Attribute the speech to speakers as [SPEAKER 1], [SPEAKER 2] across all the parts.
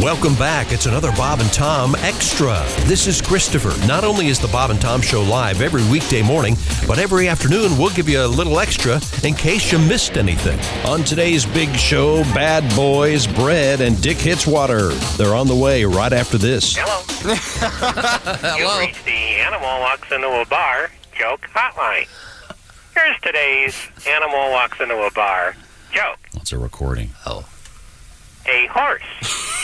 [SPEAKER 1] Welcome back. It's another Bob and Tom Extra. This is Christopher. Not only is the Bob and Tom Show live every weekday morning, but every afternoon we'll give you a little extra in case you missed anything. On today's big show, Bad Boys, Bread, and Dick Hits Water. They're on the way right after this.
[SPEAKER 2] Hello. Hello. You reached the Animal Walks Into a Bar joke hotline. Here's today's Animal Walks Into a Bar joke.
[SPEAKER 3] It's a recording.
[SPEAKER 4] Oh,
[SPEAKER 2] A horse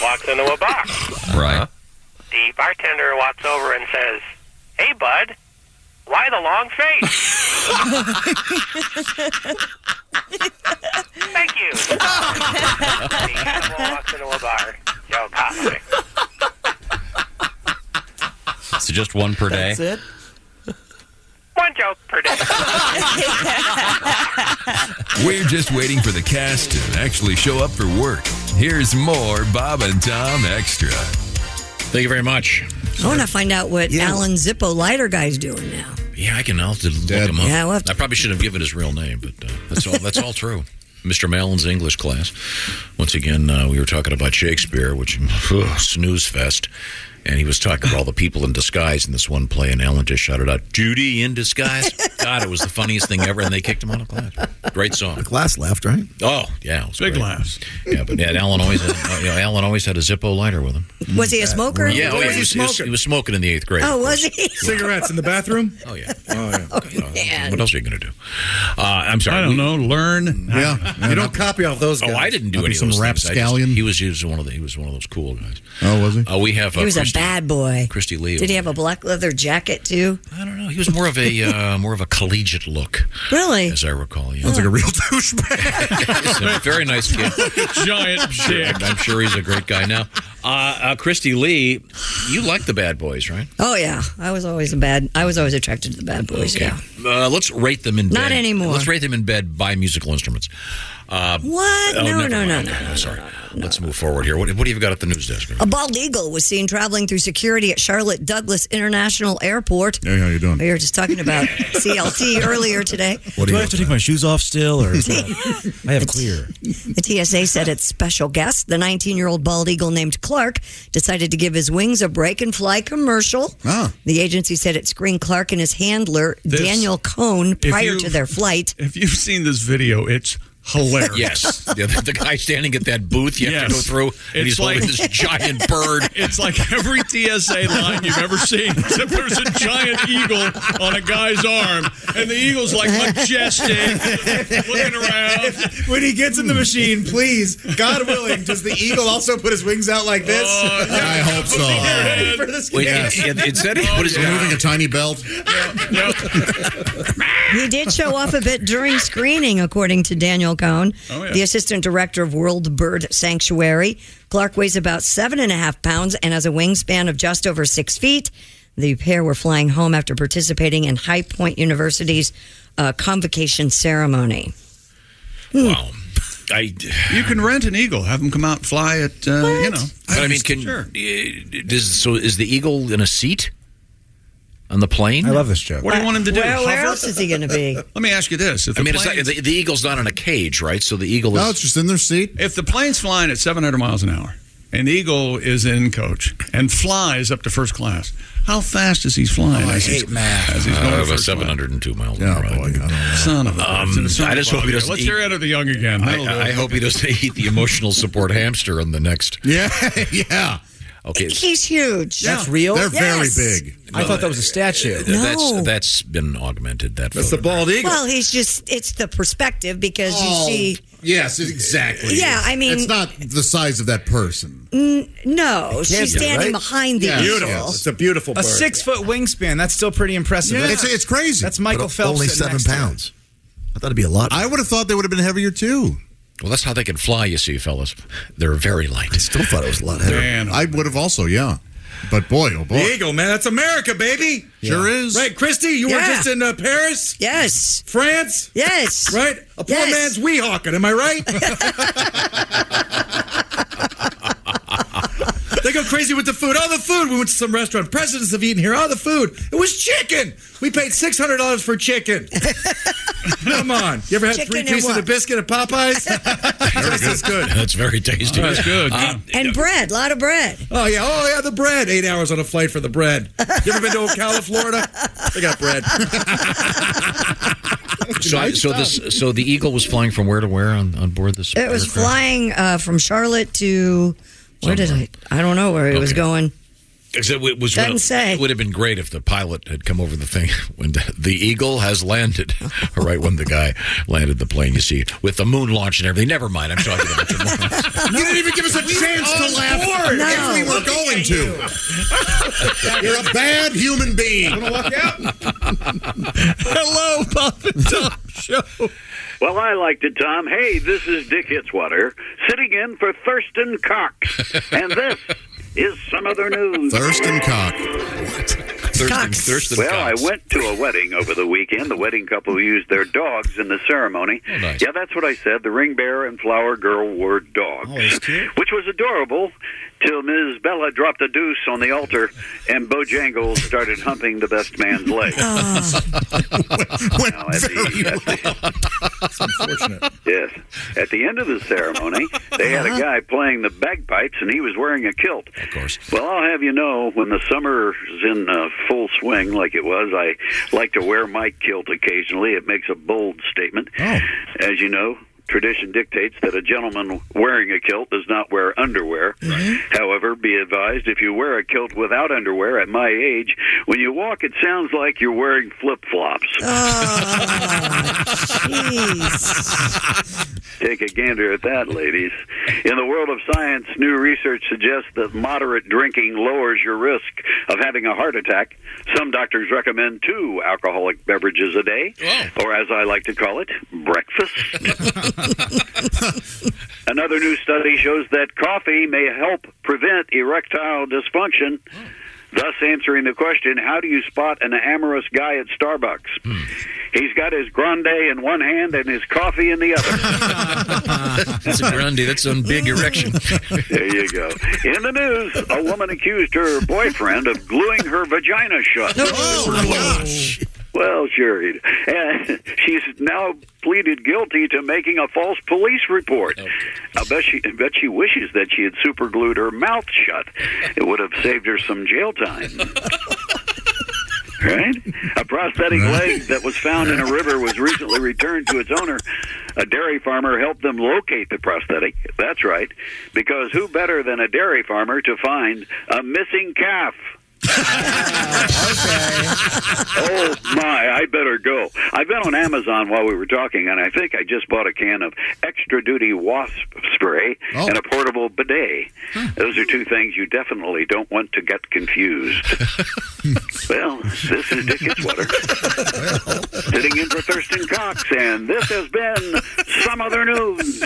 [SPEAKER 2] walks into a bar.
[SPEAKER 4] right.
[SPEAKER 2] The bartender walks over and says, Hey, bud, why the long face? Thank you. the Animal Walks Into a Bar joke hotline.
[SPEAKER 3] So just one per day.
[SPEAKER 5] That's it.
[SPEAKER 2] One joke per day.
[SPEAKER 6] We're just waiting for the cast to actually show up for work. Here's more Bob and Tom Extra.
[SPEAKER 3] Thank you very much.
[SPEAKER 7] I want to find out what Alan Zippo lighter guy's doing now.
[SPEAKER 3] Yeah, I can. I'll have to look him up.
[SPEAKER 7] Yeah, we'll have to-
[SPEAKER 3] I probably should have given his real name, but uh, that's all. That's all true. Mr. Mallon's English class. Once again, uh, we were talking about Shakespeare, which snooze fest, and he was talking about all the people in disguise in this one play, and Alan just shouted out, "Judy in disguise!" God, it was the funniest thing ever, and they kicked him out of class. Great song.
[SPEAKER 8] Glass left, right?
[SPEAKER 3] Oh yeah, it was
[SPEAKER 9] Big
[SPEAKER 3] great.
[SPEAKER 9] laughs.
[SPEAKER 3] Yeah, but yeah, Alan always had, uh, you know, Alan always had a Zippo lighter with him.
[SPEAKER 7] Was he a smoker?
[SPEAKER 3] Yeah, oh, yeah, he,
[SPEAKER 9] was he
[SPEAKER 3] was, he, was,
[SPEAKER 9] smoking?
[SPEAKER 3] he was smoking in the eighth grade.
[SPEAKER 7] Oh, was he?
[SPEAKER 9] Cigarettes in the bathroom?
[SPEAKER 3] Oh yeah.
[SPEAKER 9] Oh, yeah.
[SPEAKER 3] You know, what else are you going to do? Uh, I'm sorry.
[SPEAKER 9] I
[SPEAKER 3] we-
[SPEAKER 9] don't know. Learn.
[SPEAKER 8] Yeah. You don't copy off those guys.
[SPEAKER 3] Oh, I didn't do
[SPEAKER 8] Copy
[SPEAKER 3] any
[SPEAKER 8] some
[SPEAKER 3] of those things. I just-
[SPEAKER 8] rapscallion.
[SPEAKER 3] He was, he was one of the, he was one of those cool guys.
[SPEAKER 8] oh, was he?
[SPEAKER 3] Uh, we have uh,
[SPEAKER 7] He was a
[SPEAKER 3] Christy,
[SPEAKER 7] bad boy.
[SPEAKER 3] Christy Lee.
[SPEAKER 7] Did he have a black leather jacket too?
[SPEAKER 3] I don't know. He was more of a uh, more of a collegiate look,
[SPEAKER 7] Really?
[SPEAKER 3] as I recall. Yeah,
[SPEAKER 8] Sounds like a real douchebag.
[SPEAKER 3] He's a very nice kid.
[SPEAKER 9] Giant
[SPEAKER 3] Sure,
[SPEAKER 9] dick.
[SPEAKER 3] I'm sure he's a great guy now. Uh, uh, Christy Lee, you like the Bad Boys, right?
[SPEAKER 7] Oh yeah, I was always a bad. I was always attracted to the bad boys. Yeah.
[SPEAKER 3] Uh, let's rate them in bed.
[SPEAKER 7] Not anymore.
[SPEAKER 3] Let's rate them in bed by musical instruments. Uh,
[SPEAKER 7] What?
[SPEAKER 3] oh,
[SPEAKER 7] no,
[SPEAKER 3] never
[SPEAKER 7] no,
[SPEAKER 3] mind.
[SPEAKER 7] no,
[SPEAKER 3] Okay,
[SPEAKER 7] no.
[SPEAKER 3] I'm sorry. let's move forward here. What, what do you got at the news desk?
[SPEAKER 7] A bald eagle was seen traveling through security at Charlotte Douglas International Airport.
[SPEAKER 8] Hey, how you doing?
[SPEAKER 7] We were just talking about CLT earlier today.
[SPEAKER 8] What
[SPEAKER 10] Do I
[SPEAKER 8] do you
[SPEAKER 10] have to take my shoes off still, or I have clear?
[SPEAKER 7] The TSA said its special guest, the 19 year old bald eagle named Clark, decided to give his wings a break and fly commercial.
[SPEAKER 8] Ah.
[SPEAKER 7] The agency said it screened Clark and his handler,
[SPEAKER 9] This-
[SPEAKER 7] Daniel Cohn,
[SPEAKER 9] If
[SPEAKER 7] prior
[SPEAKER 9] you-
[SPEAKER 7] to their flight.
[SPEAKER 9] If you've seen this video, it's hilarious.
[SPEAKER 3] Yes, yeah, the, the guy standing at that booth you have to
[SPEAKER 9] Yes.
[SPEAKER 3] go through, and he's
[SPEAKER 9] It's
[SPEAKER 3] holding
[SPEAKER 9] like-
[SPEAKER 3] this giant bird.
[SPEAKER 9] It's like every TSA line you've ever seen. Except there's a giant eagle on a guy's arm, and the eagle's like majestic, looking around.
[SPEAKER 5] When he gets in the machine, please, God willing, does the eagle also put his wings out like this?
[SPEAKER 8] I hope so.
[SPEAKER 5] for this
[SPEAKER 3] Oh, Wait,
[SPEAKER 5] guy?
[SPEAKER 3] it, it, it said he put his
[SPEAKER 8] Moving a tiny belt.
[SPEAKER 7] He did show off a bit during screening, according to Daniel Cohn,
[SPEAKER 9] Oh, yeah.
[SPEAKER 7] the assistant director of World Bird Sanctuary. Clark weighs about seven and a half pounds and has a wingspan of just over six feet. The pair were flying home after participating in High Point University's uh, convocation ceremony.
[SPEAKER 3] Wow. I,
[SPEAKER 9] You can rent an eagle, have them come out and fly at, uh, you know.
[SPEAKER 3] but I mean, can
[SPEAKER 9] Sure.
[SPEAKER 3] uh, does, so is the eagle in a seat on the plane?
[SPEAKER 10] I love this joke.
[SPEAKER 9] What do you want him to do?
[SPEAKER 7] Where, where
[SPEAKER 9] Hover?
[SPEAKER 7] else is he going to be?
[SPEAKER 9] Let me ask you this: If
[SPEAKER 3] I
[SPEAKER 9] the,
[SPEAKER 3] mean, it's
[SPEAKER 9] plane's,
[SPEAKER 3] not, the, the eagle's not in a cage, right? So the eagle is.
[SPEAKER 8] No, it's just in their seat.
[SPEAKER 9] if the plane's flying at 700 miles an hour, and the eagle is in coach and flies up to first class, how fast is he flying?
[SPEAKER 8] Oh, I
[SPEAKER 9] as
[SPEAKER 8] hate
[SPEAKER 9] he's,
[SPEAKER 8] math.
[SPEAKER 9] As he's going
[SPEAKER 3] uh,
[SPEAKER 9] to
[SPEAKER 3] of a
[SPEAKER 9] first class?
[SPEAKER 3] 702 mile an
[SPEAKER 8] Oh,
[SPEAKER 3] hour.
[SPEAKER 8] boy. I don't know.
[SPEAKER 9] Son of a.
[SPEAKER 3] Um,
[SPEAKER 9] It's in the son
[SPEAKER 3] I
[SPEAKER 9] of
[SPEAKER 3] just
[SPEAKER 9] a-
[SPEAKER 3] hope he doesn't
[SPEAKER 9] Let's
[SPEAKER 3] eat-
[SPEAKER 9] hear out of the young again.
[SPEAKER 3] I,
[SPEAKER 9] That'll do
[SPEAKER 3] I- I
[SPEAKER 9] it.
[SPEAKER 3] hope he doesn't eat the emotional support hamster on the next.
[SPEAKER 8] Yeah, yeah.
[SPEAKER 3] Okay,
[SPEAKER 7] He's huge.
[SPEAKER 10] That's real.
[SPEAKER 8] They're
[SPEAKER 7] Oh, Yes.
[SPEAKER 8] very big.
[SPEAKER 10] I thought that was a statue.
[SPEAKER 3] th- that's
[SPEAKER 7] No.
[SPEAKER 3] that's been augmented. That photo.
[SPEAKER 8] eagle.
[SPEAKER 7] Well, he's just, it's the perspective because
[SPEAKER 8] Oh,
[SPEAKER 7] you see,
[SPEAKER 8] yes, exactly.
[SPEAKER 7] Yeah, I mean-
[SPEAKER 8] it's not the size of that person.
[SPEAKER 7] no, she's
[SPEAKER 10] be,
[SPEAKER 7] standing
[SPEAKER 10] right?
[SPEAKER 7] behind the
[SPEAKER 8] Yes,
[SPEAKER 7] eagle.
[SPEAKER 8] yes.
[SPEAKER 5] It's a beautiful
[SPEAKER 10] A
[SPEAKER 5] bird.
[SPEAKER 10] six foot wingspan. That's still pretty impressive.
[SPEAKER 8] It's it's crazy.
[SPEAKER 10] That's Michael Phelps.
[SPEAKER 4] Only
[SPEAKER 10] sitting
[SPEAKER 4] seven
[SPEAKER 10] next to him.
[SPEAKER 4] pounds. I thought it'd be a lot.
[SPEAKER 8] I would have thought they would have been heavier too.
[SPEAKER 3] Well, that's how they can fly. You see, fellas, they're very light.
[SPEAKER 4] Still thought it was a lot heavier.
[SPEAKER 9] Man,
[SPEAKER 8] I would have also, yeah. But boy, oh boy,
[SPEAKER 5] The eagle, man. That's America, baby.
[SPEAKER 8] sure is.
[SPEAKER 5] Right, Christy, you were
[SPEAKER 7] Yeah.
[SPEAKER 5] just in uh, Paris,
[SPEAKER 7] Yes.
[SPEAKER 5] France,
[SPEAKER 7] Yes.
[SPEAKER 5] right? A poor
[SPEAKER 7] Yes.
[SPEAKER 5] man's wee hawking, am I right? they go crazy with the food. All the food. We went to some restaurant. Presidents have eaten here. All the food. It was chicken. We paid $600 for chicken. Come on. You ever had
[SPEAKER 7] Chicken
[SPEAKER 5] three
[SPEAKER 7] and
[SPEAKER 5] pieces
[SPEAKER 7] what?
[SPEAKER 5] of biscuit at Popeyes? Just as good.
[SPEAKER 3] That's very tasty.
[SPEAKER 5] That's good.
[SPEAKER 8] Uh,
[SPEAKER 7] And, and bread, a lot of bread.
[SPEAKER 5] Oh yeah, oh yeah, the bread. Eight hours on a flight for the bread. You ever been to Ocala, Florida? They got bread.
[SPEAKER 3] So, I, so this, so the Eagle was flying from where to where on, on board this?
[SPEAKER 7] It was
[SPEAKER 3] aircraft?
[SPEAKER 7] flying uh, from Charlotte to where did I? I don't know where it was
[SPEAKER 3] Okay.
[SPEAKER 7] going.
[SPEAKER 3] Except it was
[SPEAKER 7] Doesn't
[SPEAKER 3] well,
[SPEAKER 7] say.
[SPEAKER 3] It would have been great if the pilot had come over the thing when the eagle has landed, or right when the guy landed the plane. You see, with the moon launch and everything. Never mind. I'm talking about the moon.
[SPEAKER 8] You didn't even give us a chance to laugh
[SPEAKER 7] No.
[SPEAKER 8] if we were going to. You're a bad human being.
[SPEAKER 9] Hello, Bob and Tom Show.
[SPEAKER 11] Well, I liked it, Tom. Hey, this is Dick Hitzwater sitting in for Thurston Cox, and this is some other news.
[SPEAKER 8] Thurston Cox.
[SPEAKER 3] Thurston, Thurston
[SPEAKER 11] well,
[SPEAKER 3] Cox.
[SPEAKER 11] I went to a wedding over the weekend. The wedding couple used their dogs in the ceremony.
[SPEAKER 3] nice.
[SPEAKER 11] Yeah, that's what I said. The ring bearer and flower girl wore dogs, which was adorable till Ms. Bella dropped a deuce on the altar and Bojangles started humping the best man's leg. Now, at the- at the- Yes. At the end of the ceremony, they had a guy playing the bagpipes, and he was wearing a kilt.
[SPEAKER 3] Uh-huh. Of course.
[SPEAKER 11] Well, I'll have you know, when the summer's in uh, full swing, like it was, I like to wear my kilt occasionally. It makes a bold statement.
[SPEAKER 3] Oh.
[SPEAKER 11] As you know, tradition dictates that a gentleman wearing a kilt does not wear underwear.
[SPEAKER 3] Mm-hmm.
[SPEAKER 11] However, be advised if you wear a kilt without underwear at my age, when you walk, it sounds like you're wearing flip flops. Take a gander at that, ladies. In the world of science, new research suggests that moderate drinking lowers your risk of having a heart attack. Some doctors recommend two alcoholic beverages a day, or as I like to call it, breakfast. Another new study shows that coffee may help prevent erectile dysfunction. Thus, answering the question, how do you spot an amorous guy at Starbucks? He's got his grande in one hand and his coffee in the other.
[SPEAKER 3] That's a grande. That's a big erection.
[SPEAKER 11] There you go. In the news, a woman accused her boyfriend of gluing her vagina shut.
[SPEAKER 8] Oh, my gosh.
[SPEAKER 11] Well, sure. he'd- And she's now pleaded guilty to making a false police report.
[SPEAKER 8] Oh.
[SPEAKER 11] I bet she, I bet she wishes that she had superglued her mouth shut. It would have saved her some jail time. Right? A prosthetic leg that was found in a river was recently returned to its owner. A dairy farmer helped them locate the prosthetic. That's right. Because who better than a dairy farmer to find a missing calf? Oh my, I better go. I've been on Amazon while we were talking, and I think I just bought a can of extra duty wasp spray and a portable bidet. Those are two things you definitely don't want to get confused. well, this is Dick Sweater. Sitting in for Thurston Cox, and this has been Some Other News.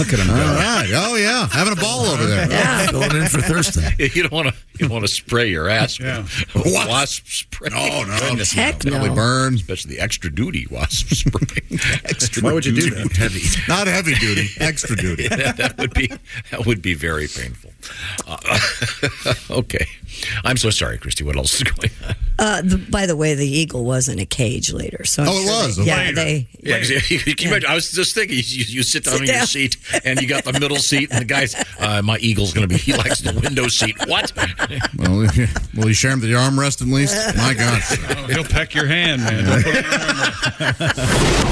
[SPEAKER 10] Look at him
[SPEAKER 8] All
[SPEAKER 10] go.
[SPEAKER 8] right. Oh, yeah. Having a ball over there. Going in for Thurston.
[SPEAKER 3] you don't want to. You don't want to spray your ass. With
[SPEAKER 8] Wasp.
[SPEAKER 3] wasp spray.
[SPEAKER 8] No, Oh, no.
[SPEAKER 3] Goodness,
[SPEAKER 7] Heck
[SPEAKER 8] Belly
[SPEAKER 7] no.
[SPEAKER 8] burn.
[SPEAKER 3] Especially the extra duty wasp spray. extra
[SPEAKER 8] Why would you do
[SPEAKER 3] duty.
[SPEAKER 8] that? Heavy. Not heavy duty. Extra duty.
[SPEAKER 3] that, that would be that would be very painful. Uh, okay, I'm so sorry, Christy. What else is going on?
[SPEAKER 7] Uh, the, by the way, the eagle was in a cage later. So I'm
[SPEAKER 8] Oh, it
[SPEAKER 7] sure
[SPEAKER 8] was?
[SPEAKER 7] They, yeah,
[SPEAKER 8] Later.
[SPEAKER 7] they.
[SPEAKER 3] Yeah, 'cause you- you can imagine- I was just thinking, you, you you sit down in your
[SPEAKER 7] down.
[SPEAKER 3] seat and you got the middle seat, and the guy's, uh, my eagle's going to be, he likes the window seat. What?
[SPEAKER 8] Well, yeah. will you share him the armrest at least? My God.
[SPEAKER 9] Oh, he'll peck your hand, man. Don't put your arm up.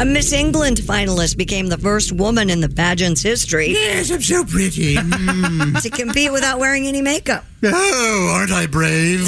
[SPEAKER 7] A Miss England finalist became the first woman in the pageant's history.
[SPEAKER 12] Yes, I'm so pretty. Mm.
[SPEAKER 7] to compete without wearing any makeup.
[SPEAKER 12] Oh, aren't I brave?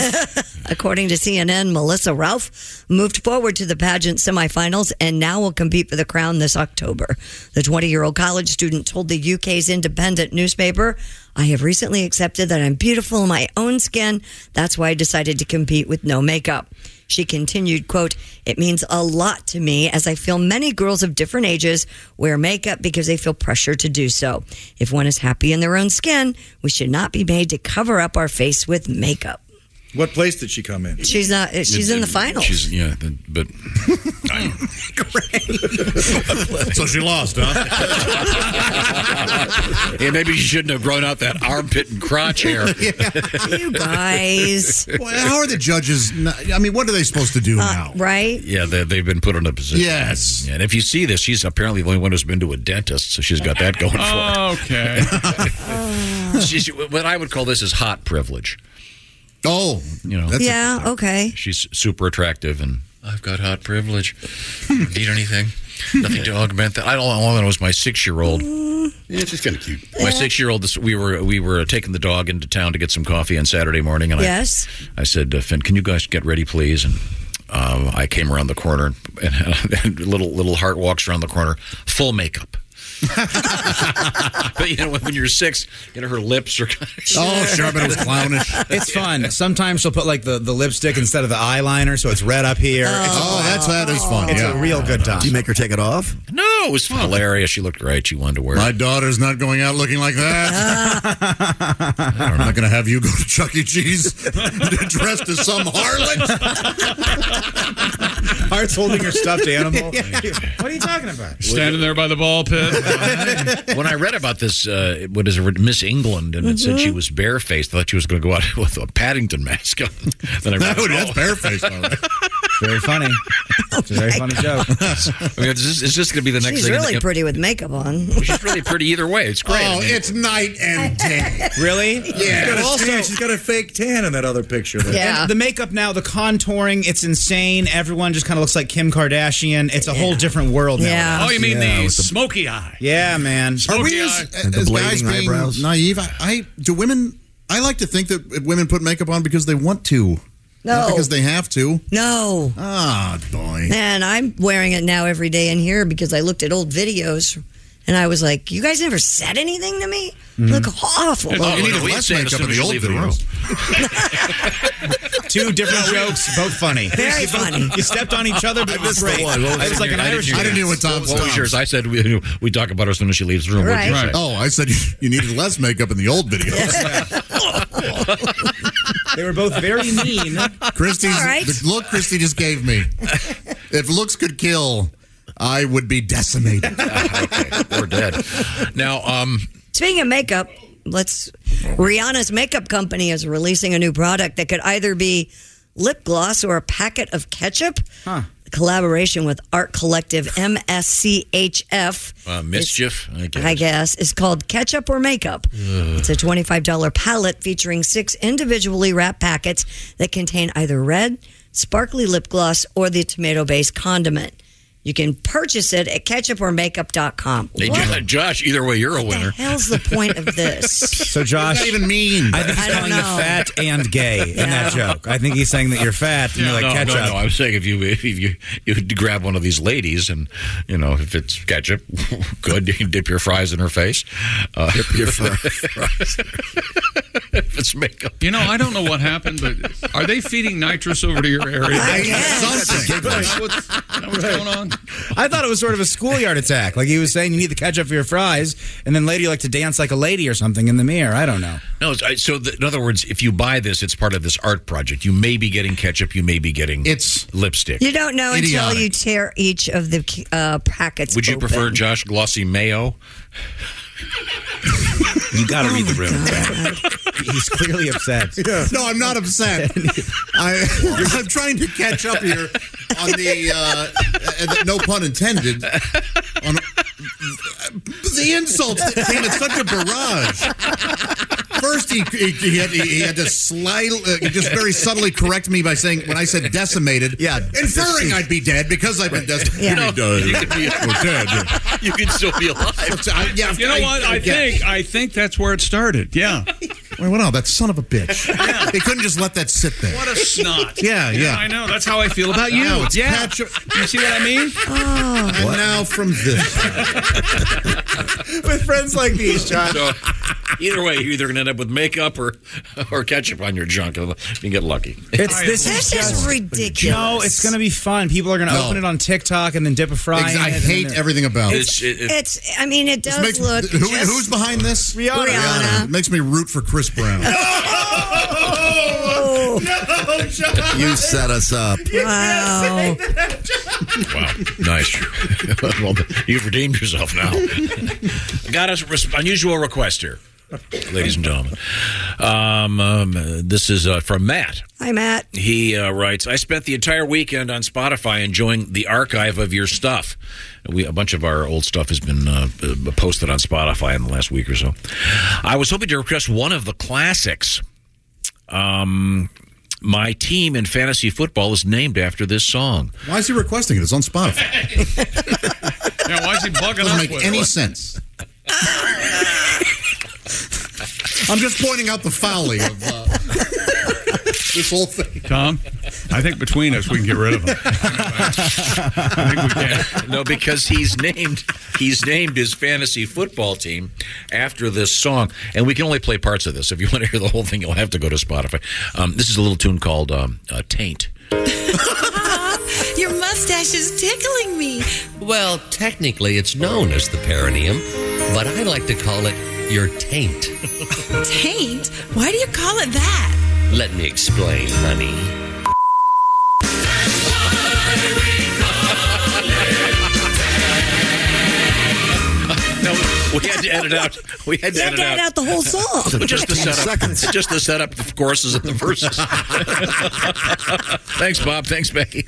[SPEAKER 7] According to CNN, Melissa Ralph moved forward to the pageant semifinals and now will compete for the crown this October. The 20 year old college student told the UK's independent newspaper, I have recently accepted that I'm beautiful in my own skin. That's why I decided to compete with no makeup. She continued, quote, it means a lot to me as I feel many girls of different ages wear makeup because they feel pressure to do so. If one is happy in their own skin, we should not be made to cover up our face with makeup.
[SPEAKER 5] What place did she come in?
[SPEAKER 7] She's not. eh, She's in the
[SPEAKER 3] final.
[SPEAKER 7] finals.
[SPEAKER 3] She's yeah, the- but
[SPEAKER 5] so she lost, huh?
[SPEAKER 3] yeah, maybe you shouldn't have grown out that armpit and crotch hair.
[SPEAKER 7] you guys.
[SPEAKER 8] Well, how are the judges? Not, I mean, what are they supposed to do now?
[SPEAKER 7] Uh, right?
[SPEAKER 3] Yeah, they, they've been put in a position.
[SPEAKER 8] Yes.
[SPEAKER 3] And if you see this, she's apparently the only one who's been to a dentist, so she's got that going for her.
[SPEAKER 9] okay.
[SPEAKER 5] Oh.
[SPEAKER 3] She's, what I would call this is hot privilege.
[SPEAKER 8] Oh,
[SPEAKER 3] you know,
[SPEAKER 7] yeah. okay.
[SPEAKER 3] she's super attractive, and I've got hot privilege. Don't need anything, nothing to augment that. I don't. All I know is my six-year-old.
[SPEAKER 8] Yeah, she's kind of cute.
[SPEAKER 3] My six-year-old. This, we were we were taking the dog into town to get some coffee on Saturday morning, and
[SPEAKER 7] Yes.
[SPEAKER 3] I I said, uh, Finn, can you guys get ready, please? And um, I came around the corner, and, and little little heart walks around the corner, full makeup. but you know when you're six, you know her lips are.
[SPEAKER 9] Oh.
[SPEAKER 8] Oh,
[SPEAKER 10] It's fun. Sometimes she'll put like the, the lipstick instead of the eyeliner, so it's red up here.
[SPEAKER 8] Oh, that's that is fun.
[SPEAKER 10] It's a real good time.
[SPEAKER 8] Do you make her take it off?
[SPEAKER 3] No, it was hilarious. She looked great. She wanted to wear.
[SPEAKER 8] My
[SPEAKER 3] it.
[SPEAKER 8] daughter's not going out looking like that.
[SPEAKER 7] Uh.
[SPEAKER 8] I'm not going to have you go to Chuck E. Cheese dressed as some harlot.
[SPEAKER 10] Heart's holding her stuffed animal.
[SPEAKER 12] What are you talking about?
[SPEAKER 9] Standing there by the ball pit.
[SPEAKER 3] when I read about this, uh, what is it, Miss England, and it said she was barefaced. I thought she was going to go out with a Paddington mask on. then I
[SPEAKER 8] That
[SPEAKER 3] read,
[SPEAKER 8] would-
[SPEAKER 3] oh.
[SPEAKER 8] that's barefaced, all right.
[SPEAKER 10] Very funny. It's a very funny joke.
[SPEAKER 3] I mean, it's just, going to be the next
[SPEAKER 7] She's
[SPEAKER 3] thing. in the-
[SPEAKER 7] really pretty with makeup on.
[SPEAKER 3] She's really pretty either way. It's great.
[SPEAKER 8] Oh, it's night and day.
[SPEAKER 10] Really?
[SPEAKER 8] Yeah.
[SPEAKER 10] But also-
[SPEAKER 5] she's got a fake tan in that other picture. There.
[SPEAKER 10] And the makeup now, the contouring, it's insane. Everyone just kind of looks like Kim Kardashian. It's a whole different world now.
[SPEAKER 7] Yeah.
[SPEAKER 9] Oh, you mean
[SPEAKER 10] Yeah,
[SPEAKER 9] the
[SPEAKER 10] with the-
[SPEAKER 9] smoky eye?
[SPEAKER 10] Yeah, man.
[SPEAKER 8] Are
[SPEAKER 9] Smoky
[SPEAKER 8] we
[SPEAKER 9] eye.
[SPEAKER 8] as,
[SPEAKER 10] And the
[SPEAKER 8] as guys
[SPEAKER 10] blading
[SPEAKER 8] being
[SPEAKER 10] eyebrows.
[SPEAKER 8] naive? I, I do women. I like to think that women put makeup on because they want to,
[SPEAKER 7] No.
[SPEAKER 8] not because they have to.
[SPEAKER 7] No.
[SPEAKER 8] Ah, boy.
[SPEAKER 7] And I'm wearing it now every day in here because I looked at old videos and I was like, you guys never said anything to me? Look awful.
[SPEAKER 8] Well,
[SPEAKER 3] Oh,
[SPEAKER 8] you
[SPEAKER 3] no,
[SPEAKER 8] needed
[SPEAKER 3] we'd
[SPEAKER 8] less
[SPEAKER 3] say as
[SPEAKER 8] makeup
[SPEAKER 3] soon
[SPEAKER 8] in
[SPEAKER 3] as
[SPEAKER 8] the
[SPEAKER 3] you
[SPEAKER 8] old
[SPEAKER 3] leave the
[SPEAKER 8] videos.
[SPEAKER 3] room.
[SPEAKER 10] Two different jokes, both funny.
[SPEAKER 7] Very
[SPEAKER 10] You both-
[SPEAKER 7] funny.
[SPEAKER 10] You stepped on each other, but it was great. It was like an Irish
[SPEAKER 8] I didn't hear what Tom
[SPEAKER 3] What was
[SPEAKER 8] said.
[SPEAKER 3] yours? I said we, we talk about her as soon as she leaves the room. What'd you
[SPEAKER 7] Right.
[SPEAKER 3] say?
[SPEAKER 8] Oh, I said you, you needed less makeup in the old videos.
[SPEAKER 10] They were both very mean.
[SPEAKER 8] Christy's
[SPEAKER 7] All right.
[SPEAKER 8] the look Christy just gave me. if looks could kill, I would be decimated.
[SPEAKER 3] okay, we're dead. Now, um,
[SPEAKER 7] Speaking of makeup, let's. Rihanna's makeup company is releasing a new product that could either be lip gloss or a packet of ketchup. Huh. Collaboration with art collective MSCHF.
[SPEAKER 3] uh, mischief. I guess.
[SPEAKER 7] I guess, is called Ketchup or Makeup. It's a $25 palette featuring six individually wrapped packets that contain either red, sparkly lip gloss, or the tomato based condiment. You can purchase it at ketchupormakeup.com.
[SPEAKER 3] Hey, Jo- Josh, either way, you're a winner.
[SPEAKER 7] Hell's the point of this?
[SPEAKER 10] So Josh, even
[SPEAKER 8] mean?
[SPEAKER 10] I think he's
[SPEAKER 7] I don't
[SPEAKER 10] calling you
[SPEAKER 7] know.
[SPEAKER 10] fat and gay in that joke. I think he's saying that you're fat and
[SPEAKER 3] Yeah,
[SPEAKER 10] you're like
[SPEAKER 3] no,
[SPEAKER 10] ketchup.
[SPEAKER 3] no, no. I'm saying if you if you you would grab one of these ladies and you know if it's ketchup, good. You can dip your fries in her face. Uh, dip your fries. if it's makeup,
[SPEAKER 9] You know, I don't know what happened, but are they feeding nitrous over to your area?
[SPEAKER 10] I
[SPEAKER 9] Something. That's what's, what's going on?
[SPEAKER 10] I thought it was sort of a schoolyard attack. Like he was saying, you need the ketchup for your fries, and then later you like to dance like a lady or something in the mirror. I don't know.
[SPEAKER 3] no. it's- I- So the, in other words, if you buy this, it's part of this art project. You may be getting ketchup. You may be getting it's lipstick.
[SPEAKER 7] You don't know until you tear each of the uh, packets.
[SPEAKER 3] Would you
[SPEAKER 7] open.
[SPEAKER 3] prefer Josh glossy mayo? you got to read the room.
[SPEAKER 10] He's clearly upset.
[SPEAKER 8] No, I'm not upset. I, I'm trying to catch up here on the uh, uh, no pun intended on the insults that came in such a barrage. First, he he, he, had, he had to slyly, uh, just very subtly correct me by saying when I said decimated, yeah, inferring I'd be dead because I've been decimated.
[SPEAKER 3] No, you could be- You could still be alive.
[SPEAKER 8] I- yeah,
[SPEAKER 9] you know
[SPEAKER 8] I-
[SPEAKER 9] what? I
[SPEAKER 8] yeah.
[SPEAKER 9] think I think that's where it started. Yeah.
[SPEAKER 8] Wait, what? No, that son of a bitch. They couldn't just let that sit there.
[SPEAKER 9] What a snot.
[SPEAKER 8] Yeah, yeah.
[SPEAKER 9] I know. That's how I feel about you.
[SPEAKER 8] Now it's
[SPEAKER 9] yeah.
[SPEAKER 8] Patrick-
[SPEAKER 9] You see what I mean?
[SPEAKER 8] And now from this.
[SPEAKER 10] With friends like these, Josh.
[SPEAKER 3] So, either way, you're either going to end up with makeup or or ketchup on your junk. You can get lucky.
[SPEAKER 10] It's this, just- No, it's going to be fun. People are going to
[SPEAKER 3] No.
[SPEAKER 10] open it on TikTok and then dip a fry.
[SPEAKER 8] Ex-
[SPEAKER 10] in
[SPEAKER 8] I
[SPEAKER 10] it and
[SPEAKER 8] hate
[SPEAKER 10] then-
[SPEAKER 8] everything about it.
[SPEAKER 3] It's, it,
[SPEAKER 7] It's. I mean, it does
[SPEAKER 8] makes-
[SPEAKER 7] look.
[SPEAKER 8] who-
[SPEAKER 7] just-
[SPEAKER 8] who's behind this?
[SPEAKER 7] Rihanna.
[SPEAKER 8] It makes me root for Chris Brown.
[SPEAKER 7] Oh,
[SPEAKER 12] no, John.
[SPEAKER 4] You set us up.
[SPEAKER 7] Wow.
[SPEAKER 3] Wow, nice. well, you've redeemed yourself now. Got us res- unusual request here, ladies and gentlemen. Um, um, uh, this is uh, from Matt.
[SPEAKER 7] Hi, Matt.
[SPEAKER 3] He uh, writes, I spent the entire weekend on Spotify enjoying the archive of your stuff. We, a bunch of our old stuff has been uh, uh, posted on Spotify in the last week or so. I was hoping to request one of the classics. Um, my team in fantasy football is named after this song.
[SPEAKER 8] Why is he requesting it? It's on Spotify.
[SPEAKER 9] Yeah, why is he bugging
[SPEAKER 8] Doesn't
[SPEAKER 9] up
[SPEAKER 8] make
[SPEAKER 9] with
[SPEAKER 8] any
[SPEAKER 9] it?
[SPEAKER 8] sense. I'm just pointing out the folly of uh, this whole thing.
[SPEAKER 9] Tom, I think between us we can get rid of him.
[SPEAKER 3] no, because he's named he's named his fantasy football team after this song, and we can only play parts of this. If you want to hear the whole thing, you'll have to go to Spotify. Um, this is a little tune called um, uh, "Taint."
[SPEAKER 13] Your mustache is tickling me.
[SPEAKER 14] Well, technically, it's known as the perineum, but I like to call it your taint.
[SPEAKER 13] Taint? Why do you call it that?
[SPEAKER 14] Let me explain, honey.
[SPEAKER 3] No, we had to edit out. We had to,
[SPEAKER 7] You had
[SPEAKER 3] edit,
[SPEAKER 7] to
[SPEAKER 3] out.
[SPEAKER 7] edit out the whole song.
[SPEAKER 3] just the setup. Just the setup, the choruses, and the verses. Thanks, Bob. Thanks, Becky.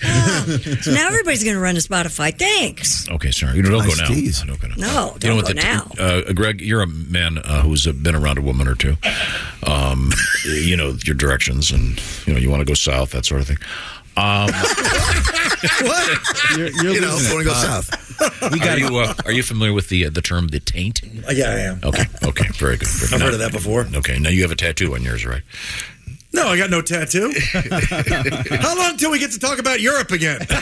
[SPEAKER 7] So now everybody's going to run to Spotify. Thanks.
[SPEAKER 3] Okay, sorry. You don't go
[SPEAKER 7] Nice
[SPEAKER 3] now.
[SPEAKER 7] tease.
[SPEAKER 3] Don't go now.
[SPEAKER 7] No,
[SPEAKER 3] you know
[SPEAKER 7] don't
[SPEAKER 3] what
[SPEAKER 7] go
[SPEAKER 3] the
[SPEAKER 7] now.
[SPEAKER 3] uh, Greg, you're a man uh, who's uh, been around a woman or two. Um, you know your directions, and you know you want to go south, that sort of thing. Um,
[SPEAKER 12] what?
[SPEAKER 10] You're,
[SPEAKER 12] you're
[SPEAKER 4] You know,
[SPEAKER 12] losing it.
[SPEAKER 4] wanna go
[SPEAKER 12] Uh,
[SPEAKER 4] south.
[SPEAKER 3] are you uh, are you familiar with the uh, the term the taint?
[SPEAKER 4] Uh, yeah, I am.
[SPEAKER 3] Okay, okay, very good. I've
[SPEAKER 4] heard of that
[SPEAKER 3] before. Okay, now you have a tattoo on yours, right?
[SPEAKER 5] No, I got no tattoo. How long till we get to talk about Europe again? they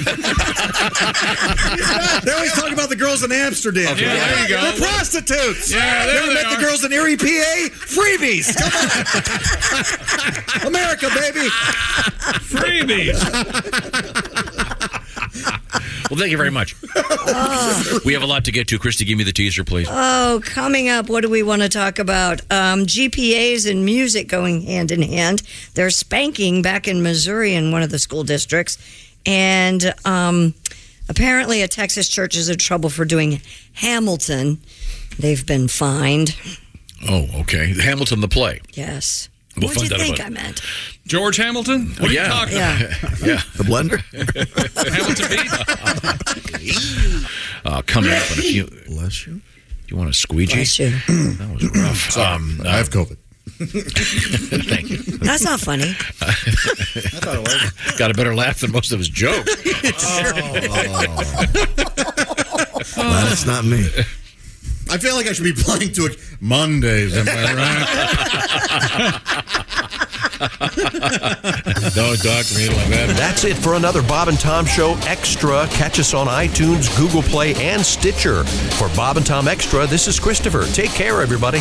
[SPEAKER 5] always talk about the girls in Amsterdam.
[SPEAKER 12] Okay. Yeah, there you go.
[SPEAKER 5] They're prostitutes.
[SPEAKER 12] Yeah, there
[SPEAKER 5] Never
[SPEAKER 12] they
[SPEAKER 5] met
[SPEAKER 12] are.
[SPEAKER 5] the girls in Erie, PA. Freebies. Come on. America, baby.
[SPEAKER 9] Freebies.
[SPEAKER 3] Well, thank you very much. we have a lot to get to. Christy, give me the teaser, please.
[SPEAKER 7] Oh, coming up, what do we want to talk about? Um, GPAs and music going hand in hand. They're spanking back in Missouri in one of the school districts. And um, apparently, a Texas church is in trouble for doing Hamilton. They've been fined.
[SPEAKER 3] Oh, okay. Hamilton, the play.
[SPEAKER 7] Yes.
[SPEAKER 3] We'll
[SPEAKER 7] what do
[SPEAKER 3] find
[SPEAKER 7] you
[SPEAKER 3] out
[SPEAKER 7] think
[SPEAKER 3] about
[SPEAKER 7] I meant?
[SPEAKER 9] George Hamilton? What are
[SPEAKER 3] Yeah.
[SPEAKER 9] you talking
[SPEAKER 7] Yeah.
[SPEAKER 3] Yeah.
[SPEAKER 4] The blender?
[SPEAKER 3] Uh, coming up in a few. Bless you. You want a squeegee? Bless you. That was rough. Um,
[SPEAKER 8] I have COVID.
[SPEAKER 3] Thank you.
[SPEAKER 7] That's not funny.
[SPEAKER 3] I thought it was. Got a better laugh than most of his jokes.
[SPEAKER 8] Well, that's not me. I feel like I should be playing to it Mondays, am I right?
[SPEAKER 3] Don't talk to me like that.
[SPEAKER 1] That's it for another Bob and Tom Show Extra. Catch us on iTunes, Google Play, and Stitcher. For Bob and Tom Extra, this is Christopher. Take care, everybody.